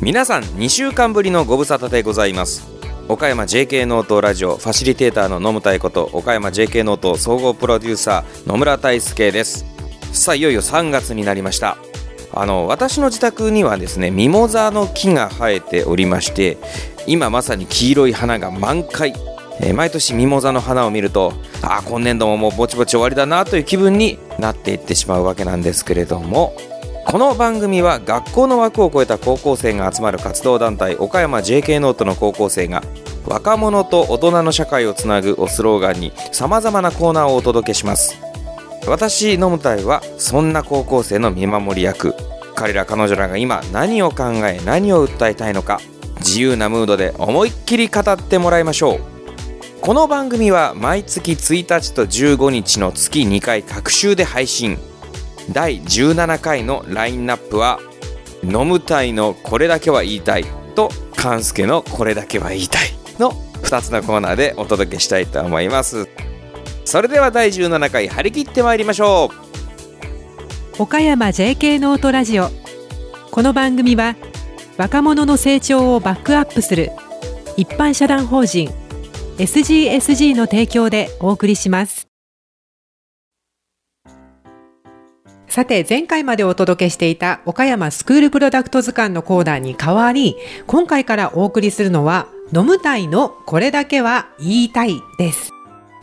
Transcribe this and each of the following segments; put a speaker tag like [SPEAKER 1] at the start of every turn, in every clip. [SPEAKER 1] 皆さん2週間ぶりのご無沙汰でございます岡山 JK ノートラジオファシリテーターの野村太こと岡山 JK ノート総合プロデューサー野村大輔ですさあいよいよ3月になりましたあの私の自宅にはですねミモザの木が生えておりまして今まさに黄色い花が満開えー毎年ミモザの花を見るとああ今年度ももうぼちぼち終わりだなという気分になっていってしまうわけなんですけれどもこの番組は学校の枠を超えた高校生が集まる活動団体岡山 JK ノートの高校生が若者と大人の社会をつなぐをスローガンにさまざまなコーナーをお届けします私野本はそんな高校生の見守り役彼ら彼女らが今何を考え何を訴えたいのか自由なムードで思いっきり語ってもらいましょうこの番組は毎月1日と15日の月2回各週で配信第17回のラインナップは「飲むたいのこれだけは言いたい」と「勘介のこれだけは言いたい」の2つのコーナーでお届けしたいと思いますそれでは第17回張り切ってまいりましょう
[SPEAKER 2] 岡山 JK ノートラジオこの番組は若者の成長をバックアップする一般社団法人 SGSG の提供でお送りしますさて前回までお届けしていた岡山スクールプロダクト図鑑のコーナーに代わり今回からお送りするのは飲むたいのこれだけは言いたいです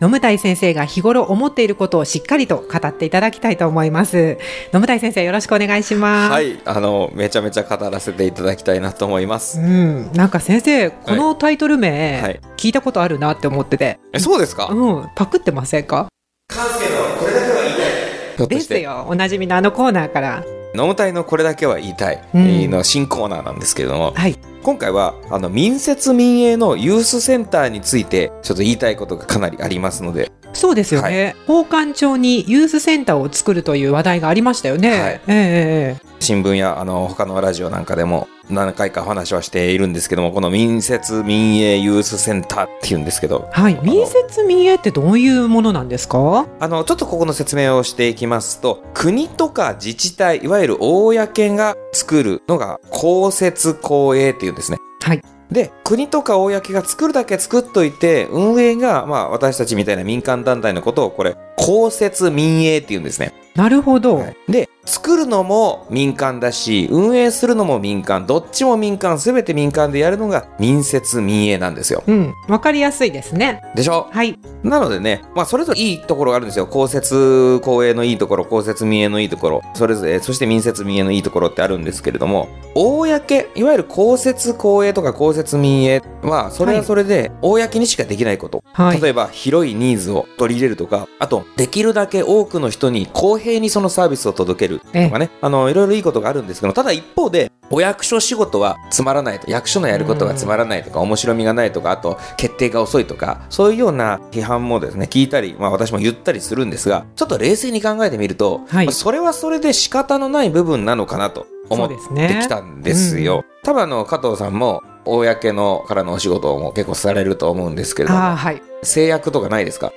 [SPEAKER 2] 飲むたい先生が日頃思っていることをしっかりと語っていただきたいと思います飲むたい先生よろしくお願いします
[SPEAKER 1] はいあのめちゃめちゃ語らせていただきたいなと思います
[SPEAKER 2] うん、なんか先生このタイトル名、
[SPEAKER 1] はい
[SPEAKER 2] 聞いたことあるなって思ってて、
[SPEAKER 1] えそうですか
[SPEAKER 2] うん、パクってませんか
[SPEAKER 1] ひょっと
[SPEAKER 2] で
[SPEAKER 1] し
[SPEAKER 2] す
[SPEAKER 1] て
[SPEAKER 2] よおなじみのあのコーナーから
[SPEAKER 1] 飲むたいのこれだけは言いたい、
[SPEAKER 2] うん
[SPEAKER 1] えーの新コーナーなんですけれども、
[SPEAKER 2] はい
[SPEAKER 1] 今回はあの民設民営のユースセンターについてちょっと言いたいことがかなりありますので、
[SPEAKER 2] そうですよね、宝冠町にユースセンターを作るという話題がありましたよね、
[SPEAKER 1] はい
[SPEAKER 2] ええええ
[SPEAKER 1] 新聞やあの他のラジオなんかでも何回かお話はしているんですけどもこの民設民営ユースセンターっていうんですけど
[SPEAKER 2] はい民設民営ってどういうものなんですか
[SPEAKER 1] あのちょっとここの説明をしていきますと国とか自治体いわゆる公が作るのが公設公営っていうんですね。
[SPEAKER 2] はい
[SPEAKER 1] で国とか公が作るだけ作っといて運営が、まあ、私たちみたいな民間団体のことをこれ公設民営っていうんですね。
[SPEAKER 2] なるほど、
[SPEAKER 1] はいで作るのも民間だし運営するのも民間どっちも民間全て民間でやるのが民設民営なんですよ。
[SPEAKER 2] うんわかりやすいですね
[SPEAKER 1] でしょ
[SPEAKER 2] はい
[SPEAKER 1] なのでね、まあ、それぞれいいところがあるんですよ。公設公営のいいところ、公設民営のいいところ、それぞれ、そして民設民営のいいところってあるんですけれども、公、いわゆる公設公営とか公設民営は、それはそれで、公にしかできないこと。
[SPEAKER 2] はい
[SPEAKER 1] 例えば、広いニーズを取り入れるとか、あと、できるだけ多くの人に公平にそのサービスを届ける
[SPEAKER 2] え
[SPEAKER 1] とかね、あの、いろいろいいことがあるんですけど、ただ一方で、お役所仕事はつまらないと、役所のやることがつまらないとか、面白みがないとか、あと、決定が遅いとか、そういうような批判もですね、聞いたり、まあ私も言ったりするんですが、ちょっと冷静に考えてみると、
[SPEAKER 2] はい
[SPEAKER 1] まあそれはそれで仕方のない部分なのかなと思
[SPEAKER 2] そ
[SPEAKER 1] って
[SPEAKER 2] うですね
[SPEAKER 1] きたんですよ。多分あの、加藤さんも、公のからのお仕事も結構されると思うんですけれど
[SPEAKER 2] ああ
[SPEAKER 1] も、
[SPEAKER 2] はい
[SPEAKER 1] 制約とかないですか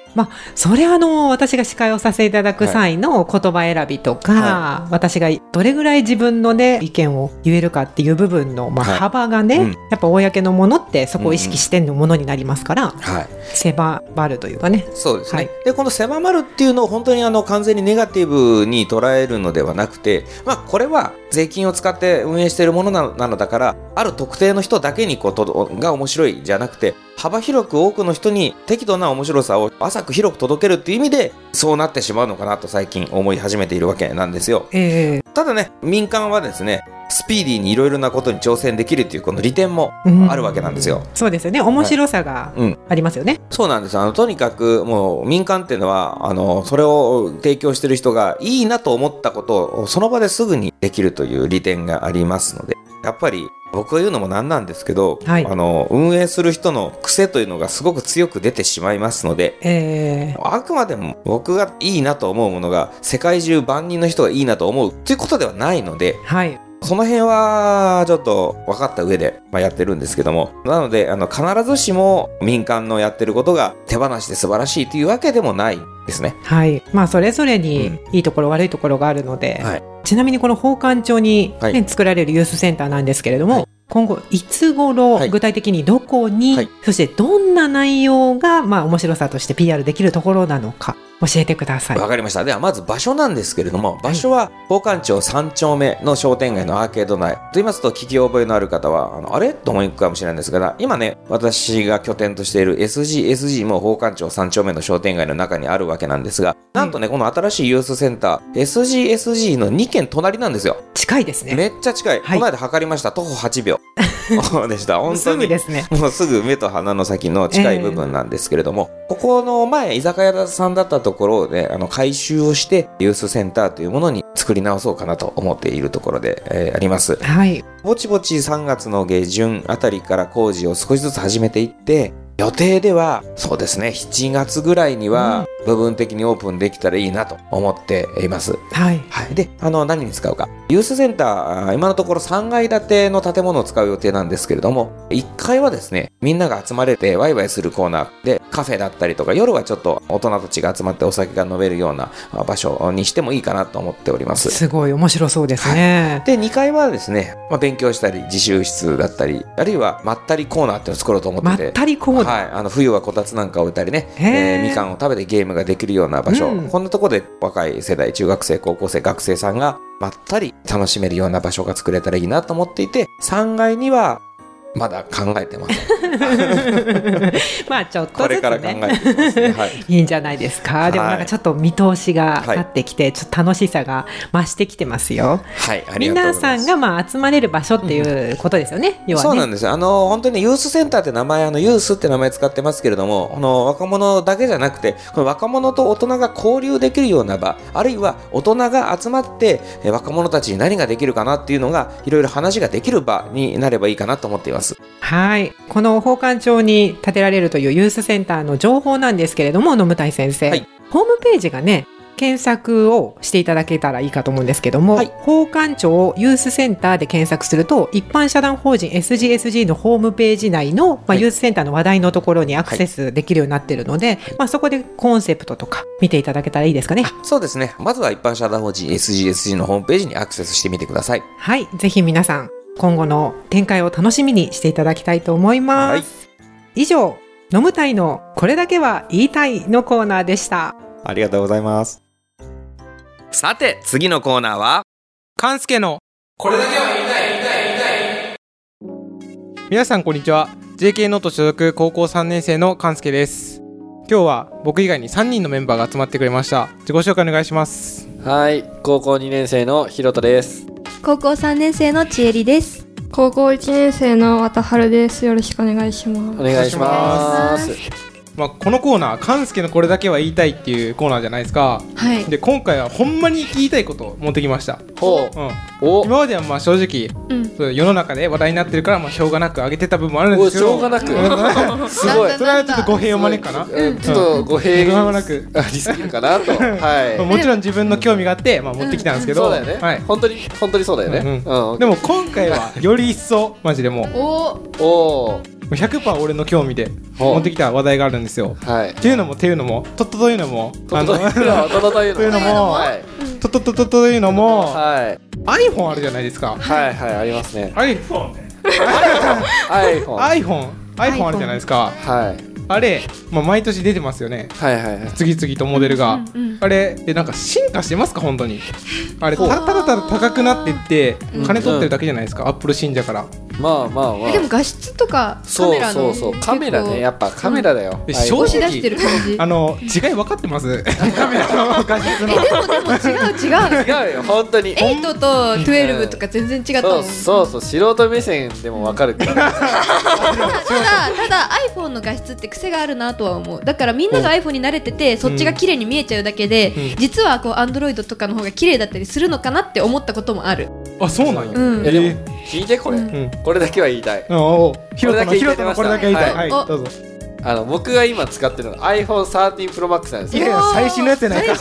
[SPEAKER 2] それはあの私が司会をさせていただく際の言葉選びとか、
[SPEAKER 1] は
[SPEAKER 2] 私がどれぐらい自分のね意見を言えるかっていう部分の、まあ、
[SPEAKER 1] はい
[SPEAKER 2] 幅がね、
[SPEAKER 1] うん
[SPEAKER 2] やっぱ公のものってそこを意識してのものになりますから、
[SPEAKER 1] はい。
[SPEAKER 2] 狭まるというかね
[SPEAKER 1] そうですね、
[SPEAKER 2] はい
[SPEAKER 1] でこの狭まるっていうのを本当にあの完全にネガティブに捉えるのではなくて、まあ、これは税金を使って運営しているものなのなのだからある特定の人だけにこうとどが面白いじゃなくて幅広く多くの人に適度な面白さを浅く広く届けるっていう意味でそうなってしまうのかなと最近思い始めているわけなんですよ。
[SPEAKER 2] ええ
[SPEAKER 1] ただね民間はですねスピーディーにいろいろなことに挑戦できるというこの利点も
[SPEAKER 2] うん
[SPEAKER 1] あるわけなんですよ。
[SPEAKER 2] そうですよね面白さが
[SPEAKER 1] うん
[SPEAKER 2] ありますよね、
[SPEAKER 1] そうなんですあのとにかくもう民間っていうのはあのそれを提供してる人がいいなと思ったことをその場ですぐにできるという利点がありますのでやっぱり僕が言うのもなんなんですけど、
[SPEAKER 2] はい
[SPEAKER 1] あの運営する人の癖というのがすごく強く出てしまいますので
[SPEAKER 2] ええ
[SPEAKER 1] あくまでも僕がいいなと思うものが世界中万人の人がいいなと思うということではないので
[SPEAKER 2] はい
[SPEAKER 1] その辺はちょっと分かった上で、まあ、やってるんですけどもなのであの必ずしも民間のやってることが手放しで素晴らしいというわけでもないですね。
[SPEAKER 2] はい。まあ、それぞれ
[SPEAKER 1] う
[SPEAKER 2] に
[SPEAKER 1] ん
[SPEAKER 2] いいところ、悪いところがあるので、
[SPEAKER 1] はい
[SPEAKER 2] ちなみにこの宝冠町に、ね
[SPEAKER 1] はい
[SPEAKER 2] 作られるユースセンターなんですけれども、
[SPEAKER 1] はい
[SPEAKER 2] 今後、いつ頃、
[SPEAKER 1] はい
[SPEAKER 2] 具体的にどこに、
[SPEAKER 1] はい
[SPEAKER 2] そしてどんな内容が、まあ、面白さとして PR できるところなのか、教えてください。
[SPEAKER 1] わかりました。では、まず場所なんですけれども、場所は、宝冠町3丁目の商店街のアーケード内。と言いますと、聞き覚えのある方は、あのあれと思いに行くかもしれないんですが、今ね、私が拠点としている SGSG も宝冠町3丁目の商店街の中にあるわけなんですが、なんとね、この新しいユースセンター、SGSG の2軒隣なんですよ。
[SPEAKER 2] 近いですね。
[SPEAKER 1] めっちゃ近い。
[SPEAKER 2] はい
[SPEAKER 1] この間測りました。徒歩8秒。 そうでした。本当に。
[SPEAKER 2] すぐですね。
[SPEAKER 1] もうすぐ目と鼻の先の近い部分なんですけれども、ここの前居酒屋さんだったところをね、あの改修をしてユースセンターというものに作り直そうかなと思っているところで、えーあります。
[SPEAKER 2] はい。
[SPEAKER 1] ぼちぼち3月の下旬あたりから工事を少しずつ始めていって、予定ではそうですね、7月ぐらいには部分的にオープンできたらいいなと思っています。
[SPEAKER 2] はい。
[SPEAKER 1] はい、であの何に使うかユースセンターあー今のところ3階建ての建物を使う予定なんですけれども1階はですねみんなが集まれてワイワイするコーナーでカフェだったりとか夜はちょっと大人たちが集まってお酒が飲めるようなあ場所にしてもいいかなと思っております
[SPEAKER 2] すごい面白そうですね。
[SPEAKER 1] で2階はですね、まあ、勉強したり自習室だったりあるいはまったりコーナーっていうのを作ろうと思って
[SPEAKER 2] まってたりコーナー。
[SPEAKER 1] はい、 あの冬はこたつなんかを置いたりね、
[SPEAKER 2] へー
[SPEAKER 1] えーみかんを食べてゲームができるような場所、
[SPEAKER 2] うん
[SPEAKER 1] こんなとこで若い世代中学生高校生学生さんがまったり楽しめるような場所が作れたらいいなと思っていて3階にはまだ考えてます
[SPEAKER 2] まあ、ちょっと
[SPEAKER 1] こ
[SPEAKER 2] ずつ、ね。
[SPEAKER 1] れから考えていきますね、はい、
[SPEAKER 2] いいんじゃないですか、
[SPEAKER 1] はい
[SPEAKER 2] でもなんかちょっと見通しが立ってきて、ちょっと楽しさが増してきてますよ。
[SPEAKER 1] はい、ありがとうご
[SPEAKER 2] 皆
[SPEAKER 1] ざ
[SPEAKER 2] さ
[SPEAKER 1] いま
[SPEAKER 2] ん
[SPEAKER 1] す
[SPEAKER 2] がまあ集まれる場所っていうことですよね、要はね。
[SPEAKER 1] そうなんですよあの本当にユースセンターって名前あのユースって名前使ってますけれどもこの若者だけじゃなくてこの若者と大人が交流できるような場あるいは大人が集まってえ若者たちに何ができるかなっていうのがいろいろ話ができる場になればいいかなと思っています
[SPEAKER 2] はい。この宝冠町に建てられるというユースセンターの情報なんですけれども、野村先生、
[SPEAKER 1] はい
[SPEAKER 2] ホームページがね、検索をしていただけたらいいかと思うんですけども、
[SPEAKER 1] はい
[SPEAKER 2] 宝冠庁ユースセンターで検索すると、一般社団法人 SGSG のホームページ内の、まあ
[SPEAKER 1] はい
[SPEAKER 2] ユースセンターの話題のところにアクセスできるようになっているので、まあ、そこでコンセプトとか見ていただけたらいいですかね。
[SPEAKER 1] そうですねまずは一般社団法人 SGSG のホームページにアクセスしてみてください
[SPEAKER 2] はい。ぜひ皆さん、今後の展開を楽しみにしていただきたいと思います。
[SPEAKER 1] はい
[SPEAKER 2] 以上、飲むたいのこれだけは言いたいのコーナーでした。
[SPEAKER 1] ありがとうございますさて次のコーナーは
[SPEAKER 3] 勘助のこれだけは言いたい言いたい言いたい皆さんこんにちは JK ノート所属高校3年生の勘助です今日は僕以外に3人のメンバーが集まってくれました自己紹介お願いします
[SPEAKER 4] はい、高校2年生のひろとです。
[SPEAKER 5] 高校3年生のちえりです
[SPEAKER 6] 高校1年生のわたはるです。よろしくお願いしま
[SPEAKER 4] お
[SPEAKER 6] す。
[SPEAKER 4] 願いします。
[SPEAKER 3] まあこのコーナー勘助のこれだけは言いたいっていうコーナーじゃないですか
[SPEAKER 6] はい。
[SPEAKER 3] で今回はほんまに言いたいことを持ってきました、
[SPEAKER 4] ほ
[SPEAKER 3] うん、
[SPEAKER 4] う、お、
[SPEAKER 3] 今まではまあ正直
[SPEAKER 6] うん。
[SPEAKER 3] そう世の中で話題になってるからまあしょうがなく上げてた部分もあるんで
[SPEAKER 4] お
[SPEAKER 3] すけど
[SPEAKER 4] しょうがなく。すごい。
[SPEAKER 3] それはちょっと語弊を招くかな
[SPEAKER 4] うんちょっと語弊
[SPEAKER 3] うんしょう
[SPEAKER 4] が
[SPEAKER 3] がなく
[SPEAKER 4] ありすぎるかなと。
[SPEAKER 3] まあ
[SPEAKER 4] は
[SPEAKER 3] もちろん自分の興味があって、まあ、持ってきたんです
[SPEAKER 4] い。
[SPEAKER 3] けど、
[SPEAKER 4] そうだよね。
[SPEAKER 3] はい、
[SPEAKER 4] 本当に本当にそうだよね。
[SPEAKER 3] うん
[SPEAKER 4] うん。
[SPEAKER 3] でも今回はより一層マジでもう
[SPEAKER 6] お
[SPEAKER 4] おー、
[SPEAKER 3] 100%俺の興味で
[SPEAKER 4] ほう
[SPEAKER 3] 持ってきた話題があるんですよ。
[SPEAKER 4] はい。
[SPEAKER 3] っていうのもっていうのもとっとというのも
[SPEAKER 4] ととというのはととというの
[SPEAKER 3] というのも
[SPEAKER 4] はい
[SPEAKER 3] とっとととというのも
[SPEAKER 4] はい
[SPEAKER 3] iPhone あるじゃないですか。
[SPEAKER 4] はいはいありますね。
[SPEAKER 3] iPhone
[SPEAKER 4] iPhone。はい
[SPEAKER 3] iPhone iPhone あるじゃないですか。
[SPEAKER 4] はい
[SPEAKER 3] あれ、まあ、毎年出てますよね。
[SPEAKER 4] はいはい。
[SPEAKER 3] 次々とモデルが。
[SPEAKER 6] うんうん
[SPEAKER 3] あれえなんか進化してますか本当にあれたただただ高くなってって金取ってるだけじゃないですか、アップル信者から
[SPEAKER 4] まあまあまあ
[SPEAKER 6] えで。も画質とかカ
[SPEAKER 4] そ
[SPEAKER 6] メ
[SPEAKER 4] う
[SPEAKER 6] ラ
[SPEAKER 4] そ
[SPEAKER 6] の
[SPEAKER 4] うそうカメラねや
[SPEAKER 6] っ
[SPEAKER 4] っぱカメラだよ。
[SPEAKER 3] で
[SPEAKER 4] iPhone
[SPEAKER 3] 正
[SPEAKER 6] 押し出してる感じ。
[SPEAKER 3] あの違い分かってます カメラの画質の
[SPEAKER 6] でもでも違う違う。
[SPEAKER 4] 違うよ本当に。
[SPEAKER 6] 8と12とか全然違った
[SPEAKER 4] そ
[SPEAKER 6] も。
[SPEAKER 4] うんそうそう素人目線でもわかるけど
[SPEAKER 6] ただただ iPhone の画質って癖があるなとは思うだからみんなが iPhone に慣れててそっちが綺麗に見えちゃうだけで、
[SPEAKER 3] うん
[SPEAKER 6] 実はこう Android とかの方が綺麗だったりするのかなって思ったこともある
[SPEAKER 3] あそうなんや、
[SPEAKER 6] うん
[SPEAKER 4] いやで
[SPEAKER 3] え
[SPEAKER 4] も聞いてこれ、
[SPEAKER 6] うん
[SPEAKER 3] うん
[SPEAKER 4] これだけは言いたい
[SPEAKER 3] あおひろたの
[SPEAKER 4] これだけ
[SPEAKER 3] ひ
[SPEAKER 4] 言
[SPEAKER 3] ろ
[SPEAKER 4] いた
[SPEAKER 3] た
[SPEAKER 4] い
[SPEAKER 3] のこれだけ言いたいは、
[SPEAKER 6] はいい
[SPEAKER 3] どうぞ
[SPEAKER 4] あの僕が今使ってるの iPhone13 Pro Max なんです
[SPEAKER 3] いや
[SPEAKER 4] よ
[SPEAKER 3] いや最新のやつやないか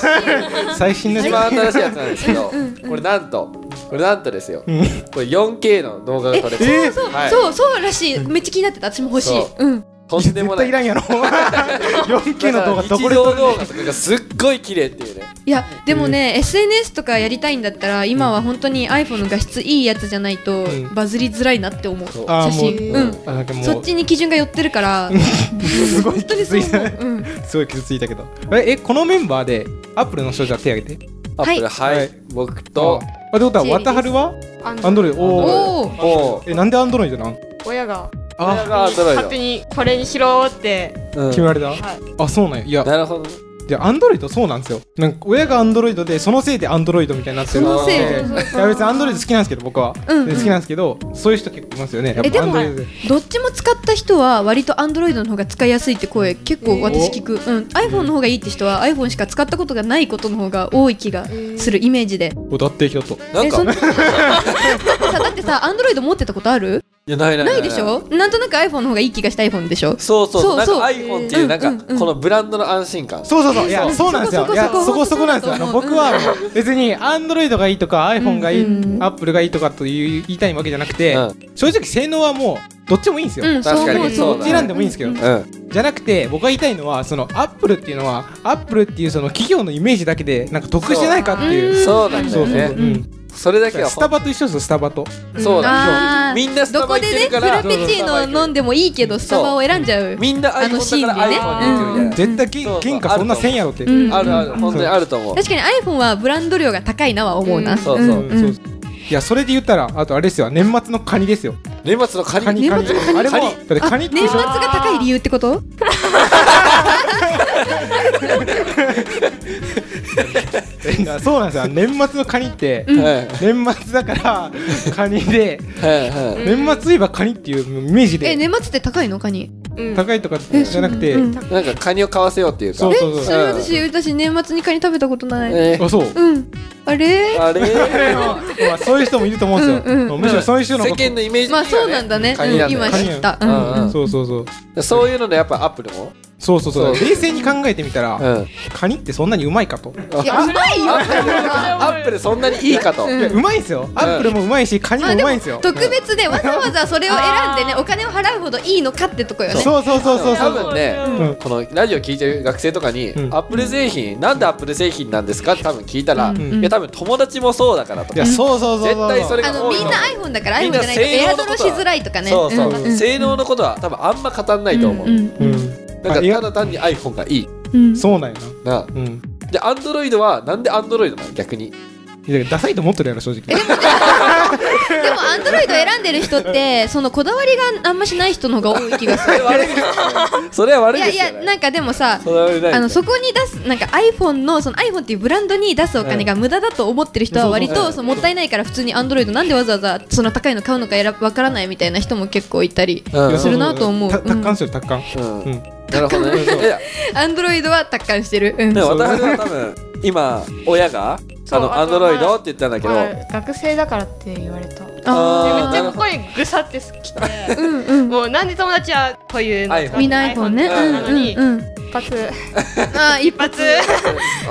[SPEAKER 3] 最新の
[SPEAKER 4] 一
[SPEAKER 3] や
[SPEAKER 4] 番
[SPEAKER 3] つ
[SPEAKER 4] 新しいやつなんですけどこれなんとこれなんとですよ
[SPEAKER 3] うん
[SPEAKER 4] これ 4K の動画が撮れます
[SPEAKER 3] え
[SPEAKER 6] そう、
[SPEAKER 4] はい
[SPEAKER 6] そうそうらしいめっちゃ気になってた私も欲しい
[SPEAKER 4] そう
[SPEAKER 6] うん
[SPEAKER 4] とんで
[SPEAKER 3] 絶
[SPEAKER 4] もな
[SPEAKER 3] 対いら
[SPEAKER 4] い
[SPEAKER 3] んやろ 4K の動画ど
[SPEAKER 4] 一
[SPEAKER 3] こで撮
[SPEAKER 4] 動
[SPEAKER 3] る
[SPEAKER 4] 動画とかがすっごい綺麗っていうね
[SPEAKER 6] いやでもね、SNS とかやりたいんだったら今は本当に iPhone の画質いいやつじゃないと
[SPEAKER 3] ん
[SPEAKER 6] バズりづらいなって思う、
[SPEAKER 4] そう
[SPEAKER 3] あ
[SPEAKER 6] 写
[SPEAKER 3] ーも
[SPEAKER 6] 真
[SPEAKER 3] う
[SPEAKER 6] うん、
[SPEAKER 3] あなんかもう
[SPEAKER 6] そっちに基準が寄ってるから
[SPEAKER 3] すごい
[SPEAKER 6] 本当に
[SPEAKER 3] 傷つ
[SPEAKER 6] そう
[SPEAKER 3] い
[SPEAKER 6] 思
[SPEAKER 3] た
[SPEAKER 6] う、うん、
[SPEAKER 3] すごい傷ついたけどええこのメンバーでアップルの少女は手挙げて
[SPEAKER 4] アップル
[SPEAKER 3] はい
[SPEAKER 4] はい僕と
[SPEAKER 3] あってことは
[SPEAKER 6] ジェリーです
[SPEAKER 3] 渡春は
[SPEAKER 7] アンド
[SPEAKER 3] アンドロイドおお
[SPEAKER 6] おお
[SPEAKER 4] もう
[SPEAKER 3] えなんでアンドロイドなん
[SPEAKER 7] 親が
[SPEAKER 4] 親
[SPEAKER 3] あ
[SPEAKER 4] がアンドロイ
[SPEAKER 7] 勝手にこれにしろって
[SPEAKER 4] ド
[SPEAKER 3] 決められた、
[SPEAKER 7] い
[SPEAKER 3] あそうなんやいや
[SPEAKER 4] なるほどね
[SPEAKER 3] いやアンドロイドそうなんですよなんか親がアンドロイドでそのせいでアンドロイドみたいになってる
[SPEAKER 6] そのせい
[SPEAKER 3] で
[SPEAKER 6] そうそうそう
[SPEAKER 3] いや別にアンドロイド好きなんですけど僕は、
[SPEAKER 6] うんうん
[SPEAKER 3] で好きなんですけどそういう人結構いますよねやっ
[SPEAKER 6] えで
[SPEAKER 3] ぱアン
[SPEAKER 6] も
[SPEAKER 3] ドロイドで
[SPEAKER 6] どっちも使った人は割と Android の方が使いやすいって声結構私聞く、うん、iPhone の方がいいって人は iPhone しか使ったことがないことの方が多い気がするイメージで
[SPEAKER 3] おだってひょと
[SPEAKER 4] なん
[SPEAKER 6] えそん
[SPEAKER 4] か
[SPEAKER 6] なだってさだってさ Android 持ってたことある
[SPEAKER 4] いやないない
[SPEAKER 6] ないでしょなんとなく iPhone の方がいい気がした iPhone でしょ
[SPEAKER 4] そうそう
[SPEAKER 6] そ
[SPEAKER 4] そううなん
[SPEAKER 6] そう
[SPEAKER 4] か iPhone っていうなん
[SPEAKER 6] う
[SPEAKER 4] か
[SPEAKER 6] んうんうん
[SPEAKER 4] このブランドの安心感
[SPEAKER 3] そうそうそういや
[SPEAKER 6] そ
[SPEAKER 3] そううなんですよ
[SPEAKER 6] そこ
[SPEAKER 3] いや
[SPEAKER 6] そ
[SPEAKER 3] そ
[SPEAKER 6] こ
[SPEAKER 3] こ
[SPEAKER 6] そ
[SPEAKER 3] そ
[SPEAKER 6] こ
[SPEAKER 3] こなんですよあの
[SPEAKER 6] 本当
[SPEAKER 3] 僕
[SPEAKER 6] そうだ
[SPEAKER 3] は
[SPEAKER 6] と思う
[SPEAKER 3] 別にアンドロイドがいいとか iPhone がいい、
[SPEAKER 6] うん
[SPEAKER 3] アップルがいいとかという言いたいわけじゃなくて、
[SPEAKER 4] うん
[SPEAKER 3] 正直性能はもうどっちもいいんですよ、
[SPEAKER 6] うんそう
[SPEAKER 4] 確か
[SPEAKER 6] 思う
[SPEAKER 4] に
[SPEAKER 6] そう
[SPEAKER 3] ど
[SPEAKER 6] 思
[SPEAKER 3] っ
[SPEAKER 6] う
[SPEAKER 3] ち選んでもいいんですけど、
[SPEAKER 4] うん
[SPEAKER 3] じゃなくて僕が言いたいのはそのアップルっていうのはアップルっていうその企業のイメージだけでなんか得してないかっていう
[SPEAKER 4] そうなんだ
[SPEAKER 3] そう
[SPEAKER 4] よ
[SPEAKER 3] そうそう、う
[SPEAKER 4] ね
[SPEAKER 3] ん、
[SPEAKER 4] それだけは
[SPEAKER 3] スタバと一緒ですよスタバと
[SPEAKER 4] そうだ
[SPEAKER 6] あー
[SPEAKER 4] みんなスタ
[SPEAKER 6] ど
[SPEAKER 4] バ
[SPEAKER 6] こ
[SPEAKER 4] 行
[SPEAKER 6] で
[SPEAKER 4] って
[SPEAKER 6] ね
[SPEAKER 4] る
[SPEAKER 6] フ
[SPEAKER 4] か
[SPEAKER 6] ラ
[SPEAKER 4] ら
[SPEAKER 6] ペチーノ飲んでもいいけどスタバを選んじゃう
[SPEAKER 4] みんな
[SPEAKER 6] あの
[SPEAKER 4] iPhone だから
[SPEAKER 6] シーンでね
[SPEAKER 4] iPhone で行ってるみ
[SPEAKER 3] 絶対げ
[SPEAKER 4] そうそう
[SPEAKER 3] 原価そんな1000やろって、
[SPEAKER 6] うん
[SPEAKER 4] たいなあるある本当にあると思う
[SPEAKER 6] 確かに iPhone はブランド量が高いなは思うな、
[SPEAKER 7] うん
[SPEAKER 4] そうそうん
[SPEAKER 3] そうそういやそれで言ったらあとあれですよ年末のカニですよ
[SPEAKER 4] 年末のカニ
[SPEAKER 3] カニ
[SPEAKER 6] 年
[SPEAKER 3] カ
[SPEAKER 6] 末
[SPEAKER 3] ニ
[SPEAKER 6] の
[SPEAKER 3] あれも
[SPEAKER 4] カニ
[SPEAKER 3] だってカニって
[SPEAKER 6] 年末が高い理由ってこと
[SPEAKER 3] いや そうなんですよ年末のカニって、
[SPEAKER 4] はい
[SPEAKER 3] 年末だからカニで
[SPEAKER 4] はいはい
[SPEAKER 3] 年末といえばカニっていうイメージ
[SPEAKER 6] え
[SPEAKER 3] で
[SPEAKER 6] 年末って高いのカニ
[SPEAKER 7] うん
[SPEAKER 3] 高いとかじゃなくて、
[SPEAKER 6] うん
[SPEAKER 4] なんかカニを買わせようっていうか
[SPEAKER 3] そうそう
[SPEAKER 6] そ
[SPEAKER 3] そう
[SPEAKER 6] れ私私年末にカニ食べたことない、
[SPEAKER 4] えー
[SPEAKER 3] あそう、
[SPEAKER 6] うんあれ
[SPEAKER 4] あれ
[SPEAKER 3] まあ、そういう人もいると思うんですよ、
[SPEAKER 6] うんうん
[SPEAKER 3] むしろそういう人の
[SPEAKER 4] 世
[SPEAKER 3] こと
[SPEAKER 4] 間のイメージ的に
[SPEAKER 6] まあ
[SPEAKER 4] はね
[SPEAKER 6] そうなんだね
[SPEAKER 4] カニなんだよ
[SPEAKER 6] うん、今
[SPEAKER 3] カニ
[SPEAKER 6] 知った、
[SPEAKER 4] う
[SPEAKER 6] うんんうん
[SPEAKER 3] そうそうそう
[SPEAKER 4] そういうのでやっぱアップルも
[SPEAKER 3] そうそうそう
[SPEAKER 4] そう
[SPEAKER 3] 冷静に考えてみたら、
[SPEAKER 4] うん
[SPEAKER 3] カニってそんなにうまいかと、
[SPEAKER 6] いやうまいよ
[SPEAKER 4] アップルそんなにいいかと
[SPEAKER 6] うん
[SPEAKER 3] いやうまいんですよアップルもうまいしカニも
[SPEAKER 6] まあ
[SPEAKER 3] う
[SPEAKER 6] で
[SPEAKER 3] まいん
[SPEAKER 6] も
[SPEAKER 3] ですよ、
[SPEAKER 6] 特別でわざわざそれを選んでねお金を払うほどいいのかってとこよね
[SPEAKER 3] そうそうそうそうそ
[SPEAKER 4] 多
[SPEAKER 3] う
[SPEAKER 4] 分ね
[SPEAKER 3] うん
[SPEAKER 4] このラジオ聞いてる学生とかに
[SPEAKER 3] うん
[SPEAKER 4] アップル製品なんでアップル製品なんですかって多分聞いたら
[SPEAKER 6] うん
[SPEAKER 4] いや多分友達もそうだからと
[SPEAKER 3] いや
[SPEAKER 4] か
[SPEAKER 3] そうそうそうそう
[SPEAKER 4] 絶対それ
[SPEAKER 6] あ
[SPEAKER 4] が
[SPEAKER 6] の
[SPEAKER 4] 多
[SPEAKER 6] み
[SPEAKER 4] い
[SPEAKER 6] ん
[SPEAKER 4] と
[SPEAKER 6] な iPhone だから
[SPEAKER 4] み
[SPEAKER 6] iPhone
[SPEAKER 4] ん
[SPEAKER 6] じ
[SPEAKER 4] な
[SPEAKER 6] ゃないとエ
[SPEAKER 4] 性
[SPEAKER 6] アド
[SPEAKER 4] 能のこ
[SPEAKER 6] ロし
[SPEAKER 4] とは
[SPEAKER 6] づらいとかね
[SPEAKER 4] そうそ
[SPEAKER 6] ん
[SPEAKER 4] う性能のことは多分あんま語んないと思う
[SPEAKER 6] うん
[SPEAKER 3] うん
[SPEAKER 4] なん
[SPEAKER 3] あ
[SPEAKER 4] か
[SPEAKER 3] いや
[SPEAKER 4] ただ単に iPhone がいい
[SPEAKER 6] うん
[SPEAKER 3] そうなんや
[SPEAKER 4] な
[SPEAKER 3] なうん
[SPEAKER 4] で Android はなんで Android なの逆に
[SPEAKER 3] いやダサいと思ってるやろ正直
[SPEAKER 6] でも Android 選んでる人ってそのこだわりがあんましない人の方が多い気がする
[SPEAKER 4] それは悪
[SPEAKER 6] い
[SPEAKER 4] いで
[SPEAKER 6] やい
[SPEAKER 4] す
[SPEAKER 6] や
[SPEAKER 4] よ
[SPEAKER 6] なんかでもさ
[SPEAKER 4] それは悪い
[SPEAKER 6] あ
[SPEAKER 4] で
[SPEAKER 6] の
[SPEAKER 4] すよ
[SPEAKER 6] そこに出すなんか iPhone のその iPhone っていうブランドに出すお金が無駄だと思ってる人は割
[SPEAKER 4] う
[SPEAKER 6] と
[SPEAKER 4] ん
[SPEAKER 6] そのもったいないから普通に Android なんでわざわざその高いの買うのか選ぶわからないみたいな人も結構いたり
[SPEAKER 4] うん
[SPEAKER 6] するなと思う
[SPEAKER 3] た達
[SPEAKER 6] う
[SPEAKER 3] 観
[SPEAKER 6] ん
[SPEAKER 3] しよる達観
[SPEAKER 4] うん
[SPEAKER 3] うん
[SPEAKER 4] なるほどねいや
[SPEAKER 6] Android は達観してるうん
[SPEAKER 4] でも
[SPEAKER 3] そう
[SPEAKER 4] 渡辺は多分今親が
[SPEAKER 7] そ
[SPEAKER 4] あ
[SPEAKER 7] う
[SPEAKER 4] のア
[SPEAKER 7] あ
[SPEAKER 4] ン
[SPEAKER 7] と
[SPEAKER 4] ド
[SPEAKER 7] まあ
[SPEAKER 4] ロイドって言ったんだけど
[SPEAKER 7] あ学生だからって言われたでめ
[SPEAKER 4] あ
[SPEAKER 7] っ
[SPEAKER 4] ーな
[SPEAKER 7] ちゃ
[SPEAKER 4] るほど
[SPEAKER 7] 声ぐさってきて
[SPEAKER 6] うんうん
[SPEAKER 7] もうなんで友達はこういうの
[SPEAKER 4] iPhone
[SPEAKER 6] みんな iPhone ね
[SPEAKER 7] なのに
[SPEAKER 6] うんうんうん
[SPEAKER 7] 一発
[SPEAKER 6] あー一
[SPEAKER 7] 一発
[SPEAKER 6] 発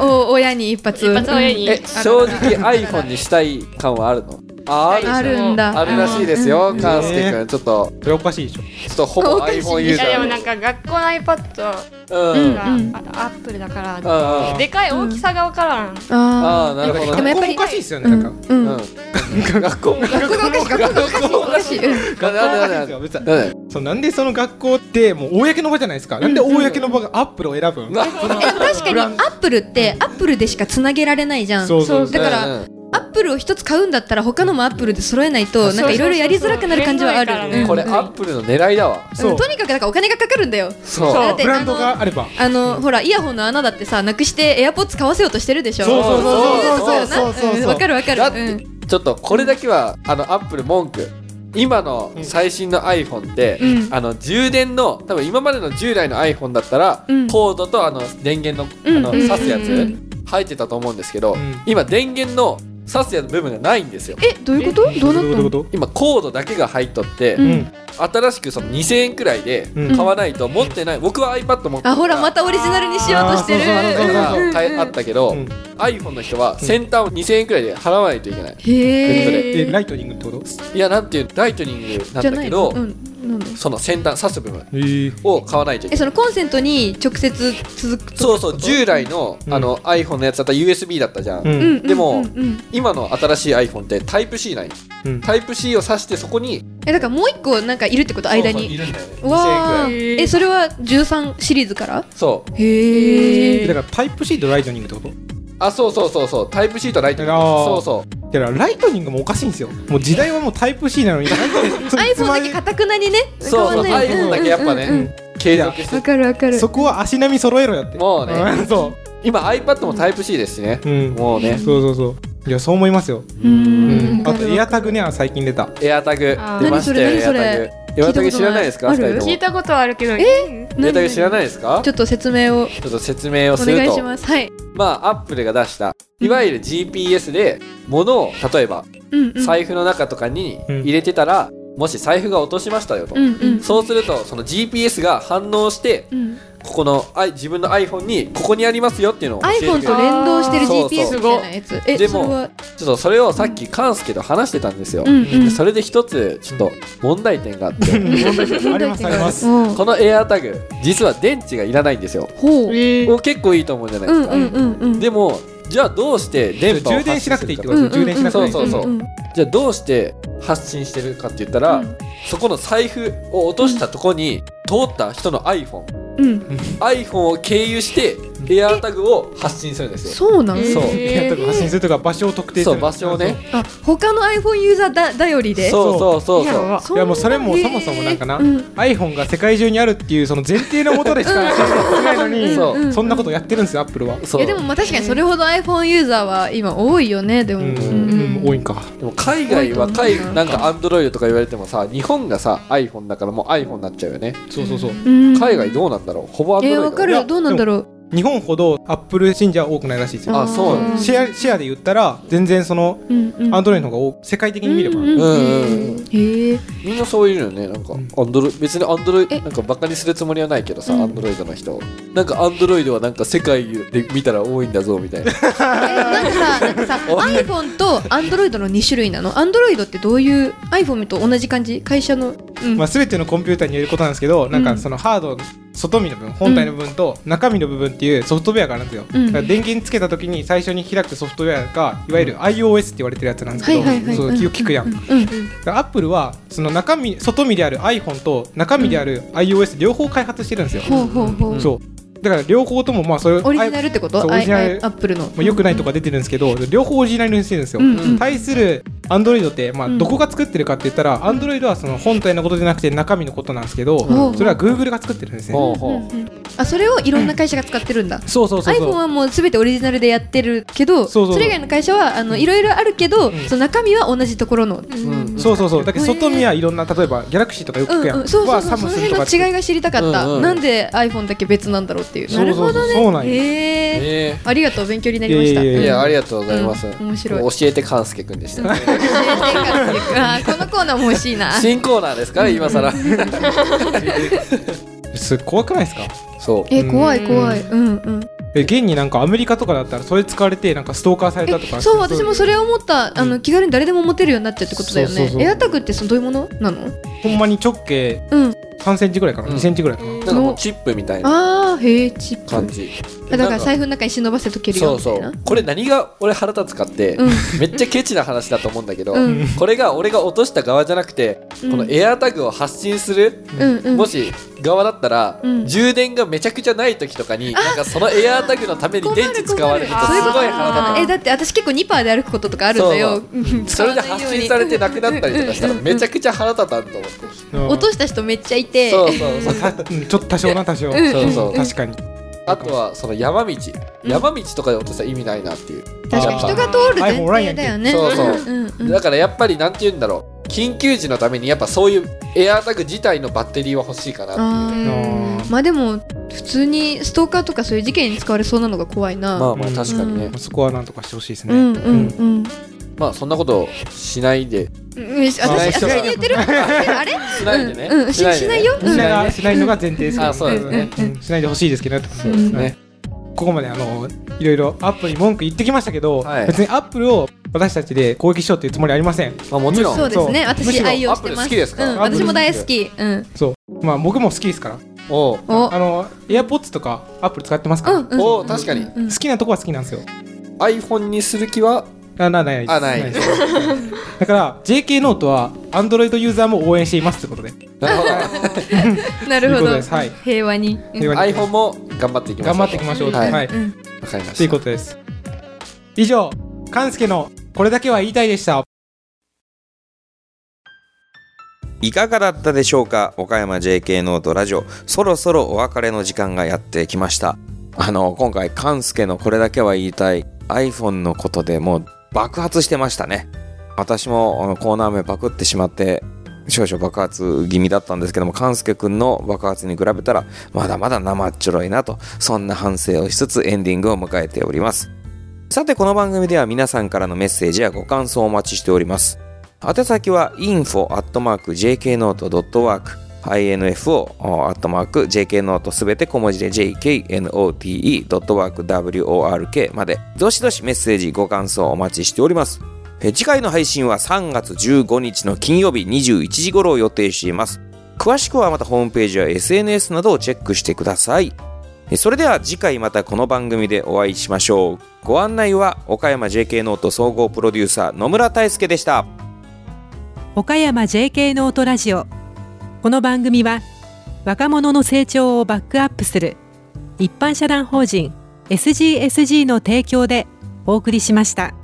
[SPEAKER 6] お親に一発
[SPEAKER 7] 一発親に
[SPEAKER 4] え正直 iPhone にしたい感はあるのあある
[SPEAKER 6] あるんだ
[SPEAKER 4] あるらしいですよ
[SPEAKER 6] うん
[SPEAKER 4] 勘介くんちょっと
[SPEAKER 3] それおかしいでしょ
[SPEAKER 4] ちょっとほぼ iPhone ユー
[SPEAKER 7] い
[SPEAKER 4] ザ
[SPEAKER 7] やでも
[SPEAKER 4] ー
[SPEAKER 7] なんか学校の iPad
[SPEAKER 4] うんうん
[SPEAKER 7] が
[SPEAKER 6] うんうん
[SPEAKER 7] あのアップルだから
[SPEAKER 4] あー
[SPEAKER 7] でかい大きさがわからん
[SPEAKER 6] あ
[SPEAKER 4] あーなるほ
[SPEAKER 6] で
[SPEAKER 4] ど
[SPEAKER 6] も
[SPEAKER 4] ね
[SPEAKER 6] やっぱり
[SPEAKER 3] 学校もおかしいですよ
[SPEAKER 6] ーう
[SPEAKER 3] ねなんか
[SPEAKER 6] んうん
[SPEAKER 4] うん学校もなん
[SPEAKER 6] 学校がおかしい学校がおかしいおかしいうん
[SPEAKER 4] でなんでなんで
[SPEAKER 3] 別に
[SPEAKER 4] なんで
[SPEAKER 3] そうなんでその学校ってもう公の場じゃないですか、なんで公の場がアップルを選ぶん、
[SPEAKER 6] え
[SPEAKER 4] な
[SPEAKER 6] でも確かにアップルってアップルでしかつなげられないじゃん
[SPEAKER 3] そうそう
[SPEAKER 6] だから、
[SPEAKER 4] うん
[SPEAKER 6] アップルを一つ買うんだったら他のもアップルで揃えないとなんかいろいろやりづらくなる感じはあ
[SPEAKER 7] そうそうそう
[SPEAKER 6] る
[SPEAKER 7] そう
[SPEAKER 4] うんこれア
[SPEAKER 6] うん
[SPEAKER 4] ップルの狙いだわ
[SPEAKER 3] そう
[SPEAKER 6] うんとにかくだからお金がかかるんだよ
[SPEAKER 4] そう
[SPEAKER 7] そう
[SPEAKER 6] だって
[SPEAKER 3] ブランドがあれば
[SPEAKER 6] あのほらイヤホンの穴だってさなくしてエアポッツ買わせようとしてるでしょ
[SPEAKER 3] そうそうそうそうそうそうそう
[SPEAKER 6] そうわかるわかる
[SPEAKER 4] だっ
[SPEAKER 6] う
[SPEAKER 4] て
[SPEAKER 6] ん
[SPEAKER 4] ちょっとこれだけはあのアップル文句今の最新の iPhone って、
[SPEAKER 6] うん
[SPEAKER 4] あの充電の多分今までの従来の iPhone だったら、
[SPEAKER 6] うん
[SPEAKER 4] コードとあの電源の
[SPEAKER 6] うん
[SPEAKER 4] あの
[SPEAKER 6] うん
[SPEAKER 4] 挿すや
[SPEAKER 6] う
[SPEAKER 4] つ入ってたと思うんですけど、
[SPEAKER 3] うん
[SPEAKER 4] 今電源の挿すやつ部分がないんですよ
[SPEAKER 6] えどういうことどうな
[SPEAKER 3] どうい
[SPEAKER 6] っ
[SPEAKER 3] う
[SPEAKER 6] たの
[SPEAKER 3] こと
[SPEAKER 4] 今コードだけが入っとって、
[SPEAKER 6] うん
[SPEAKER 3] うん
[SPEAKER 4] 新しくその2000円くらいで
[SPEAKER 3] うん
[SPEAKER 4] 買わないと持ってない、僕は iPad 持ってた
[SPEAKER 6] あほらまたオリジナルにしようとしてる
[SPEAKER 3] あーそうそうそう
[SPEAKER 6] う
[SPEAKER 3] そう
[SPEAKER 6] んうんうん
[SPEAKER 4] 買えあったけど、
[SPEAKER 3] うん
[SPEAKER 4] iPhone の人は先端を2000円くらいで払わないといけない
[SPEAKER 6] へ
[SPEAKER 3] え
[SPEAKER 6] え
[SPEAKER 3] ライトニングってこと
[SPEAKER 4] いやなんていうライトニングなん
[SPEAKER 6] じゃ
[SPEAKER 4] だ
[SPEAKER 6] ない
[SPEAKER 4] け
[SPEAKER 6] の
[SPEAKER 4] ど、
[SPEAKER 6] うんなんだ
[SPEAKER 4] その先端刺す部分
[SPEAKER 3] えー、
[SPEAKER 4] を買わないとい
[SPEAKER 6] え
[SPEAKER 4] けない
[SPEAKER 6] そのコンセントに直接続くと
[SPEAKER 4] そうそう従来の,、
[SPEAKER 3] うん
[SPEAKER 4] あの iPhone のやつだったら USB だったじゃん、
[SPEAKER 3] う
[SPEAKER 6] うんんうんうんうん
[SPEAKER 4] でも今の新しい iPhone ってタイプ C ない
[SPEAKER 3] うん
[SPEAKER 4] タイプ C を挿してそこに
[SPEAKER 6] えだからもう一個なんかいるってこと間に
[SPEAKER 4] そうそういるんだよね2000円く
[SPEAKER 6] わ
[SPEAKER 4] らい
[SPEAKER 6] ーえそれは13シリーズから
[SPEAKER 4] そう
[SPEAKER 6] へ
[SPEAKER 3] え
[SPEAKER 6] え
[SPEAKER 3] だからタイプ C とライトニングってこと
[SPEAKER 4] あそうそうそうそうタイプ C とライトニン
[SPEAKER 3] あ
[SPEAKER 4] グ
[SPEAKER 3] ー
[SPEAKER 4] そうそ
[SPEAKER 3] だからライトニングもおかしいんですよもう時代はもうタイプ C なのに
[SPEAKER 6] iPhone だけかたくなにね
[SPEAKER 4] う
[SPEAKER 6] 変
[SPEAKER 4] そう
[SPEAKER 6] わ
[SPEAKER 4] そ
[SPEAKER 6] ん
[SPEAKER 4] う
[SPEAKER 6] ない
[SPEAKER 4] iPhone だけやっぱね、
[SPEAKER 6] うんうんうん
[SPEAKER 4] 継続して
[SPEAKER 6] わかるわかる
[SPEAKER 3] そこは足並み揃えろやって
[SPEAKER 4] もうね
[SPEAKER 3] んそ
[SPEAKER 4] 今 iPad もタイプ C ですしね
[SPEAKER 3] う、うん、
[SPEAKER 4] もうね
[SPEAKER 3] そうそうそういやそう思いますよ、
[SPEAKER 6] うーん
[SPEAKER 3] あとエアタグね最近出た
[SPEAKER 4] エアタグ
[SPEAKER 7] あー
[SPEAKER 4] 出ましたよ
[SPEAKER 6] 何
[SPEAKER 4] エ
[SPEAKER 6] そ
[SPEAKER 4] ア
[SPEAKER 6] れ
[SPEAKER 4] タグ
[SPEAKER 6] それ
[SPEAKER 4] エアタグ知らないですか
[SPEAKER 6] 聞いたことない
[SPEAKER 4] 2人とも
[SPEAKER 7] 聞いたことはあるけど、え
[SPEAKER 4] エアタグ知らないですか
[SPEAKER 6] ちょっと説明を
[SPEAKER 4] ちょっと説明を
[SPEAKER 6] お
[SPEAKER 4] する
[SPEAKER 6] 願いし
[SPEAKER 4] と
[SPEAKER 6] ますはい
[SPEAKER 4] まあアップルが出したいわゆる GPS で物を例えば
[SPEAKER 6] うんうん
[SPEAKER 4] 財布の中とかに
[SPEAKER 3] うん
[SPEAKER 4] 入れてたら、もし財布が落としましたよと、
[SPEAKER 6] うんうん
[SPEAKER 4] そうするとその GPS が反応して
[SPEAKER 6] うん
[SPEAKER 4] ここのあい自分の iPhone にここにありますよっていうのを教えてくれる
[SPEAKER 6] iPhone と連動してる
[SPEAKER 4] あー
[SPEAKER 6] GPS みたいなやつえ
[SPEAKER 4] で
[SPEAKER 6] それ
[SPEAKER 4] も
[SPEAKER 6] は
[SPEAKER 4] ちょっとそれをさっきカンスケと話してたんですよ、
[SPEAKER 6] うんうん
[SPEAKER 4] でそれで一つちょっと問題点があって、
[SPEAKER 3] ありますあり ます
[SPEAKER 6] うん
[SPEAKER 4] この AirTag 実は電池がいらないんですよ
[SPEAKER 6] ほう
[SPEAKER 4] お結構いいと思うじゃないで
[SPEAKER 6] う
[SPEAKER 4] す
[SPEAKER 6] ん
[SPEAKER 4] か、
[SPEAKER 6] うんうんうん
[SPEAKER 4] でもじゃあどうして電波を
[SPEAKER 3] 充電
[SPEAKER 4] 発
[SPEAKER 3] し
[SPEAKER 4] 信
[SPEAKER 3] な
[SPEAKER 4] す
[SPEAKER 3] く
[SPEAKER 4] る
[SPEAKER 3] ていい
[SPEAKER 4] か
[SPEAKER 3] ってこと、
[SPEAKER 6] うんうんうん
[SPEAKER 3] 充電しなくていいってこと
[SPEAKER 4] そうそう
[SPEAKER 6] うんうん
[SPEAKER 4] じゃあどうして発信してるかって言ったら、
[SPEAKER 6] うん
[SPEAKER 4] そこの財布を落としたとこに通った人の iPhone、
[SPEAKER 6] うん、
[SPEAKER 4] iPhone を経由して AirTag を発信するんですよ。
[SPEAKER 6] そうなん
[SPEAKER 4] そう
[SPEAKER 3] エアタグ発信するとか場所を特定する
[SPEAKER 4] そう場所をね。
[SPEAKER 6] あ他の iPhone ユーザーだ頼りで
[SPEAKER 4] そうそうそう
[SPEAKER 7] いや
[SPEAKER 4] そう。
[SPEAKER 7] わ
[SPEAKER 6] そん
[SPEAKER 3] い
[SPEAKER 6] な
[SPEAKER 3] やもうそれもそもそもなんかな、
[SPEAKER 6] うん
[SPEAKER 3] iPhone が世界中にあるっていうその前提のもとでしか発信してないのに
[SPEAKER 4] そう
[SPEAKER 6] うん
[SPEAKER 3] そんなことやってるんですよアップルは
[SPEAKER 4] そう
[SPEAKER 6] いやでもまあ確かにそれほど iPhone ユーザーは今多いよねでも、
[SPEAKER 3] うん、
[SPEAKER 6] うん
[SPEAKER 3] うん多いんか
[SPEAKER 4] でも海外は
[SPEAKER 6] 多い
[SPEAKER 4] 海
[SPEAKER 6] と思う
[SPEAKER 4] なんか Android とか言われてもさ日本がさ iPhone だからもう iPhone になっちゃうよね
[SPEAKER 3] そうそうそう
[SPEAKER 6] うん
[SPEAKER 4] 海外どうなんだろうほぼ Android
[SPEAKER 6] えー、わか
[SPEAKER 3] い
[SPEAKER 6] る
[SPEAKER 3] や
[SPEAKER 6] どうなんだろう
[SPEAKER 3] 日本ほどアップル信者は多くないらしいですよ
[SPEAKER 4] あそうな
[SPEAKER 6] あー
[SPEAKER 3] シェアシェアで言ったら全然その
[SPEAKER 6] うんうん
[SPEAKER 3] アンドロイドの方が多世界的に見れば、
[SPEAKER 6] うんうん
[SPEAKER 4] うんうんうん
[SPEAKER 6] へえ
[SPEAKER 4] みんなそういうのよねなんか、
[SPEAKER 3] うん
[SPEAKER 4] Android 別に Android
[SPEAKER 6] え
[SPEAKER 4] なんかバカにするつもりはないけどさ
[SPEAKER 6] うん
[SPEAKER 4] Android の人なんか Android はなんか世界で見たら多いんだぞみたいな
[SPEAKER 6] えなんかさなんかさ
[SPEAKER 4] おい
[SPEAKER 6] iPhone と Android の2種類なの Android ってどういう iPhone と同じ感じ会社のうん、
[SPEAKER 3] まあ、全てのコンピューターによることなんですけど、なん
[SPEAKER 6] う
[SPEAKER 3] か
[SPEAKER 6] ん
[SPEAKER 3] そのハードの外身の部分本体の部分と中身の部分っていうソフトウェアがあるんですよ、
[SPEAKER 6] うん
[SPEAKER 3] だから電源つけた時に最初に開くソフトウェアがいわゆる iOS って言われてるやつなんです
[SPEAKER 6] は
[SPEAKER 3] けど、
[SPEAKER 6] いはいはい
[SPEAKER 3] そう
[SPEAKER 6] うん
[SPEAKER 3] よく聞くやん、
[SPEAKER 6] う
[SPEAKER 3] だか
[SPEAKER 6] うん
[SPEAKER 3] らアップルはその中身外身である iPhone と中身である iOS 両方開発してるんですよ、
[SPEAKER 6] ほうほうほう、
[SPEAKER 3] そうだから両方ともまあそれ
[SPEAKER 6] オリジナルってこ
[SPEAKER 3] そう
[SPEAKER 6] と
[SPEAKER 3] オ
[SPEAKER 6] ア
[SPEAKER 3] リジナル
[SPEAKER 6] イアップルの、
[SPEAKER 3] まあ、良くないとか出てるんですけど両方オリジナルにしてるんですよ、
[SPEAKER 6] うんうん
[SPEAKER 3] 対するアンドロイドって、まあ、
[SPEAKER 6] うん
[SPEAKER 3] どこが作ってるかって言ったら、アンドロイドはその本体のことじゃなくて中身のことなんですけど、
[SPEAKER 6] ほう
[SPEAKER 3] それは Google が作ってるんですね、
[SPEAKER 4] ほうほう
[SPEAKER 6] あそれをいろんな会社が使ってるんだ、
[SPEAKER 3] そうそうそう
[SPEAKER 6] iPhone
[SPEAKER 3] そう
[SPEAKER 6] はもうすべてオリジナルでやってるけど
[SPEAKER 3] そうそう
[SPEAKER 6] れ以外の会社はあのいろいろあるけど、
[SPEAKER 3] ん
[SPEAKER 6] その中身は同じところの、うん
[SPEAKER 4] うん
[SPEAKER 3] そうそうそうだけど
[SPEAKER 6] へー
[SPEAKER 3] 外見はいろんな例えばギャラクシーとかよく聞くやん、
[SPEAKER 6] うん、そうそう
[SPEAKER 3] は
[SPEAKER 6] そ
[SPEAKER 3] サ
[SPEAKER 6] うそ
[SPEAKER 3] ム
[SPEAKER 6] の
[SPEAKER 3] スンと
[SPEAKER 6] 辺
[SPEAKER 3] か
[SPEAKER 6] の
[SPEAKER 3] って
[SPEAKER 6] 違いが知りたかった、
[SPEAKER 4] うんうん
[SPEAKER 6] なんで iPhone だけ別なんだろうっていう
[SPEAKER 3] そうそうそう
[SPEAKER 6] なるほどね
[SPEAKER 3] そうなんよ
[SPEAKER 6] へー
[SPEAKER 4] ね
[SPEAKER 6] ありがとう勉強になりました、
[SPEAKER 3] いやいや
[SPEAKER 4] えいやあり
[SPEAKER 6] が
[SPEAKER 4] がとうございます、
[SPEAKER 6] うん面白い
[SPEAKER 4] もう教えてかんすけくんでしたね
[SPEAKER 6] あーこのコーナーも欲しいな
[SPEAKER 4] 新コーナーですから今さら
[SPEAKER 3] す怖くないですか
[SPEAKER 4] そう
[SPEAKER 6] え怖い怖いうんうん
[SPEAKER 3] え現になんかアメリカとかだったらそれ使われてなんかストーカーされたとか
[SPEAKER 6] えそう私もそれを思ったあ
[SPEAKER 3] う
[SPEAKER 6] の
[SPEAKER 3] ん
[SPEAKER 6] 気軽に誰でも持てるようになっちゃうってことだよ
[SPEAKER 3] そうそう
[SPEAKER 6] ね
[SPEAKER 3] そう
[SPEAKER 6] エアタグってそのどういうものなの
[SPEAKER 3] ほんまに直径
[SPEAKER 6] うん
[SPEAKER 3] 3センチぐらいかな、
[SPEAKER 4] うん
[SPEAKER 3] 2センチぐらいかな、
[SPEAKER 4] なんかもうチップみたいな
[SPEAKER 6] あーへえチップ
[SPEAKER 4] 感じ
[SPEAKER 6] あだから
[SPEAKER 4] なん
[SPEAKER 6] 財布の中に忍ばせとける
[SPEAKER 4] そ
[SPEAKER 6] よ
[SPEAKER 4] う
[SPEAKER 6] みた
[SPEAKER 4] そ
[SPEAKER 6] いな
[SPEAKER 4] うこれ何が俺腹立つかって、
[SPEAKER 6] うん
[SPEAKER 4] めっちゃケチな話だと思うんだけど、
[SPEAKER 6] うん
[SPEAKER 4] これが俺が落とした側じゃなくて、
[SPEAKER 6] うん
[SPEAKER 4] このエアタグを発信する、
[SPEAKER 6] うんうん
[SPEAKER 4] もし側だったら、
[SPEAKER 6] うん
[SPEAKER 4] 充電がめちゃくちゃない時とかになんかそのエアタグのために電池使われるとす
[SPEAKER 7] 困る困る
[SPEAKER 4] ごい
[SPEAKER 7] あ
[SPEAKER 4] 腹立
[SPEAKER 7] ー
[SPEAKER 6] えだって私結構2パーで歩くこととかあるんだよ
[SPEAKER 4] そ
[SPEAKER 6] うん
[SPEAKER 4] つそれで発信されてなくなったりとかしたら
[SPEAKER 6] うんうんうん
[SPEAKER 4] めちゃくちゃ腹立たんと思って、
[SPEAKER 3] うん
[SPEAKER 6] 落とした人めっちゃいて
[SPEAKER 4] そうそうそう
[SPEAKER 3] たうんちょっと多少な多少
[SPEAKER 6] ん
[SPEAKER 4] そうそう
[SPEAKER 3] 確かに
[SPEAKER 4] あとはその山道、
[SPEAKER 6] うん
[SPEAKER 4] 山道とかで落としたら意味ないなっていう
[SPEAKER 6] 確かに人が通る前
[SPEAKER 3] iPhone おらん
[SPEAKER 6] 提
[SPEAKER 3] やんけ
[SPEAKER 6] だよね
[SPEAKER 4] そうそうん
[SPEAKER 6] うん
[SPEAKER 4] だからやっぱりなんて言うんだろう緊急時のためにやっぱそういうエアタグ自体のバッテリーは欲しいかな
[SPEAKER 6] あー
[SPEAKER 3] うん
[SPEAKER 6] まあでも普通にストーカーとかそういう事件に使われそうなのが怖いな、
[SPEAKER 4] まあまあ
[SPEAKER 3] うん
[SPEAKER 4] 確かにね、
[SPEAKER 6] うん
[SPEAKER 3] そこはなんとかしてほしいですね、
[SPEAKER 6] うんうんうん
[SPEAKER 4] まあそんなことをしないで
[SPEAKER 6] うん私
[SPEAKER 4] 内緒
[SPEAKER 6] 私言って るあれ
[SPEAKER 4] しないでね
[SPEAKER 6] うんうんししないよ
[SPEAKER 4] し
[SPEAKER 6] うん
[SPEAKER 3] みんな
[SPEAKER 4] ない
[SPEAKER 3] がしないのが前提ですから
[SPEAKER 4] あそうですね
[SPEAKER 3] うんしないでほしいですけどね
[SPEAKER 4] そうですね
[SPEAKER 3] ここまであのいろいろアップルに文句言ってきましたけど、
[SPEAKER 4] はい
[SPEAKER 3] 別にアップルを私たちで攻撃しようっていうつもりはありません
[SPEAKER 4] まあもちろん
[SPEAKER 6] そうですね
[SPEAKER 3] むし
[SPEAKER 6] 私
[SPEAKER 3] ろ
[SPEAKER 6] 愛用して
[SPEAKER 4] アップル
[SPEAKER 6] ます
[SPEAKER 4] 好きですから
[SPEAKER 6] うん私も大好きうん
[SPEAKER 3] そうまあ僕も好きですから
[SPEAKER 4] おう
[SPEAKER 6] お
[SPEAKER 3] あの AirPods とかアップル使ってますか
[SPEAKER 6] う
[SPEAKER 3] ら、
[SPEAKER 6] んうん
[SPEAKER 4] おう確かに
[SPEAKER 6] うん
[SPEAKER 3] 好きなとこは好きなんですよ
[SPEAKER 4] iPhone にする気は
[SPEAKER 3] あなないです
[SPEAKER 4] あない
[SPEAKER 3] ですだから JK ノートは Android ユーザーも応援していますってことで
[SPEAKER 4] なるほど
[SPEAKER 6] なるほ
[SPEAKER 3] ということ
[SPEAKER 6] ど
[SPEAKER 3] ですはい
[SPEAKER 6] 平和に
[SPEAKER 3] 平和に
[SPEAKER 4] iPhone も頑張っていきましょ
[SPEAKER 3] 頑
[SPEAKER 4] う
[SPEAKER 3] 張っていきましょう
[SPEAKER 4] はい
[SPEAKER 3] は
[SPEAKER 4] わ
[SPEAKER 3] い、
[SPEAKER 6] うん
[SPEAKER 4] かり
[SPEAKER 3] とい
[SPEAKER 4] ま
[SPEAKER 3] う
[SPEAKER 4] し
[SPEAKER 3] ことです以上勘介のこれだけは言いたいでした
[SPEAKER 1] いかがだったでしょうか岡山 JK ノートラジオそろそろお別れの時間がやってきましたあの今回勘介のこれだけは言いたい iPhone のことでもう爆発してましたね私もあのコーナー名パクってしまって少々爆発気味だったんですけども勘介くんの爆発に比べたらまだまだ生っちょろいなとそんな反省をしつつエンディングを迎えておりますさてこの番組では皆さんからのメッセージやご感想をお待ちしております宛先は info.jknote.work info.jknote すべて小文字で jknote.work までどしどしメッセージご感想お待ちしておりますえ次回の配信は3月15日の金曜日21時頃を予定しています詳しくはまたホームページや SNS などをチェックしてくださいえそれでは次回またこの番組でお会いしましょうご案内は岡山 JK ノート総合プロデューサー野村大輔でした
[SPEAKER 2] 岡山 JK ノートラジオこの番組は若者の成長をバックアップする一般社団法人 SGSG の提供でお送りしました。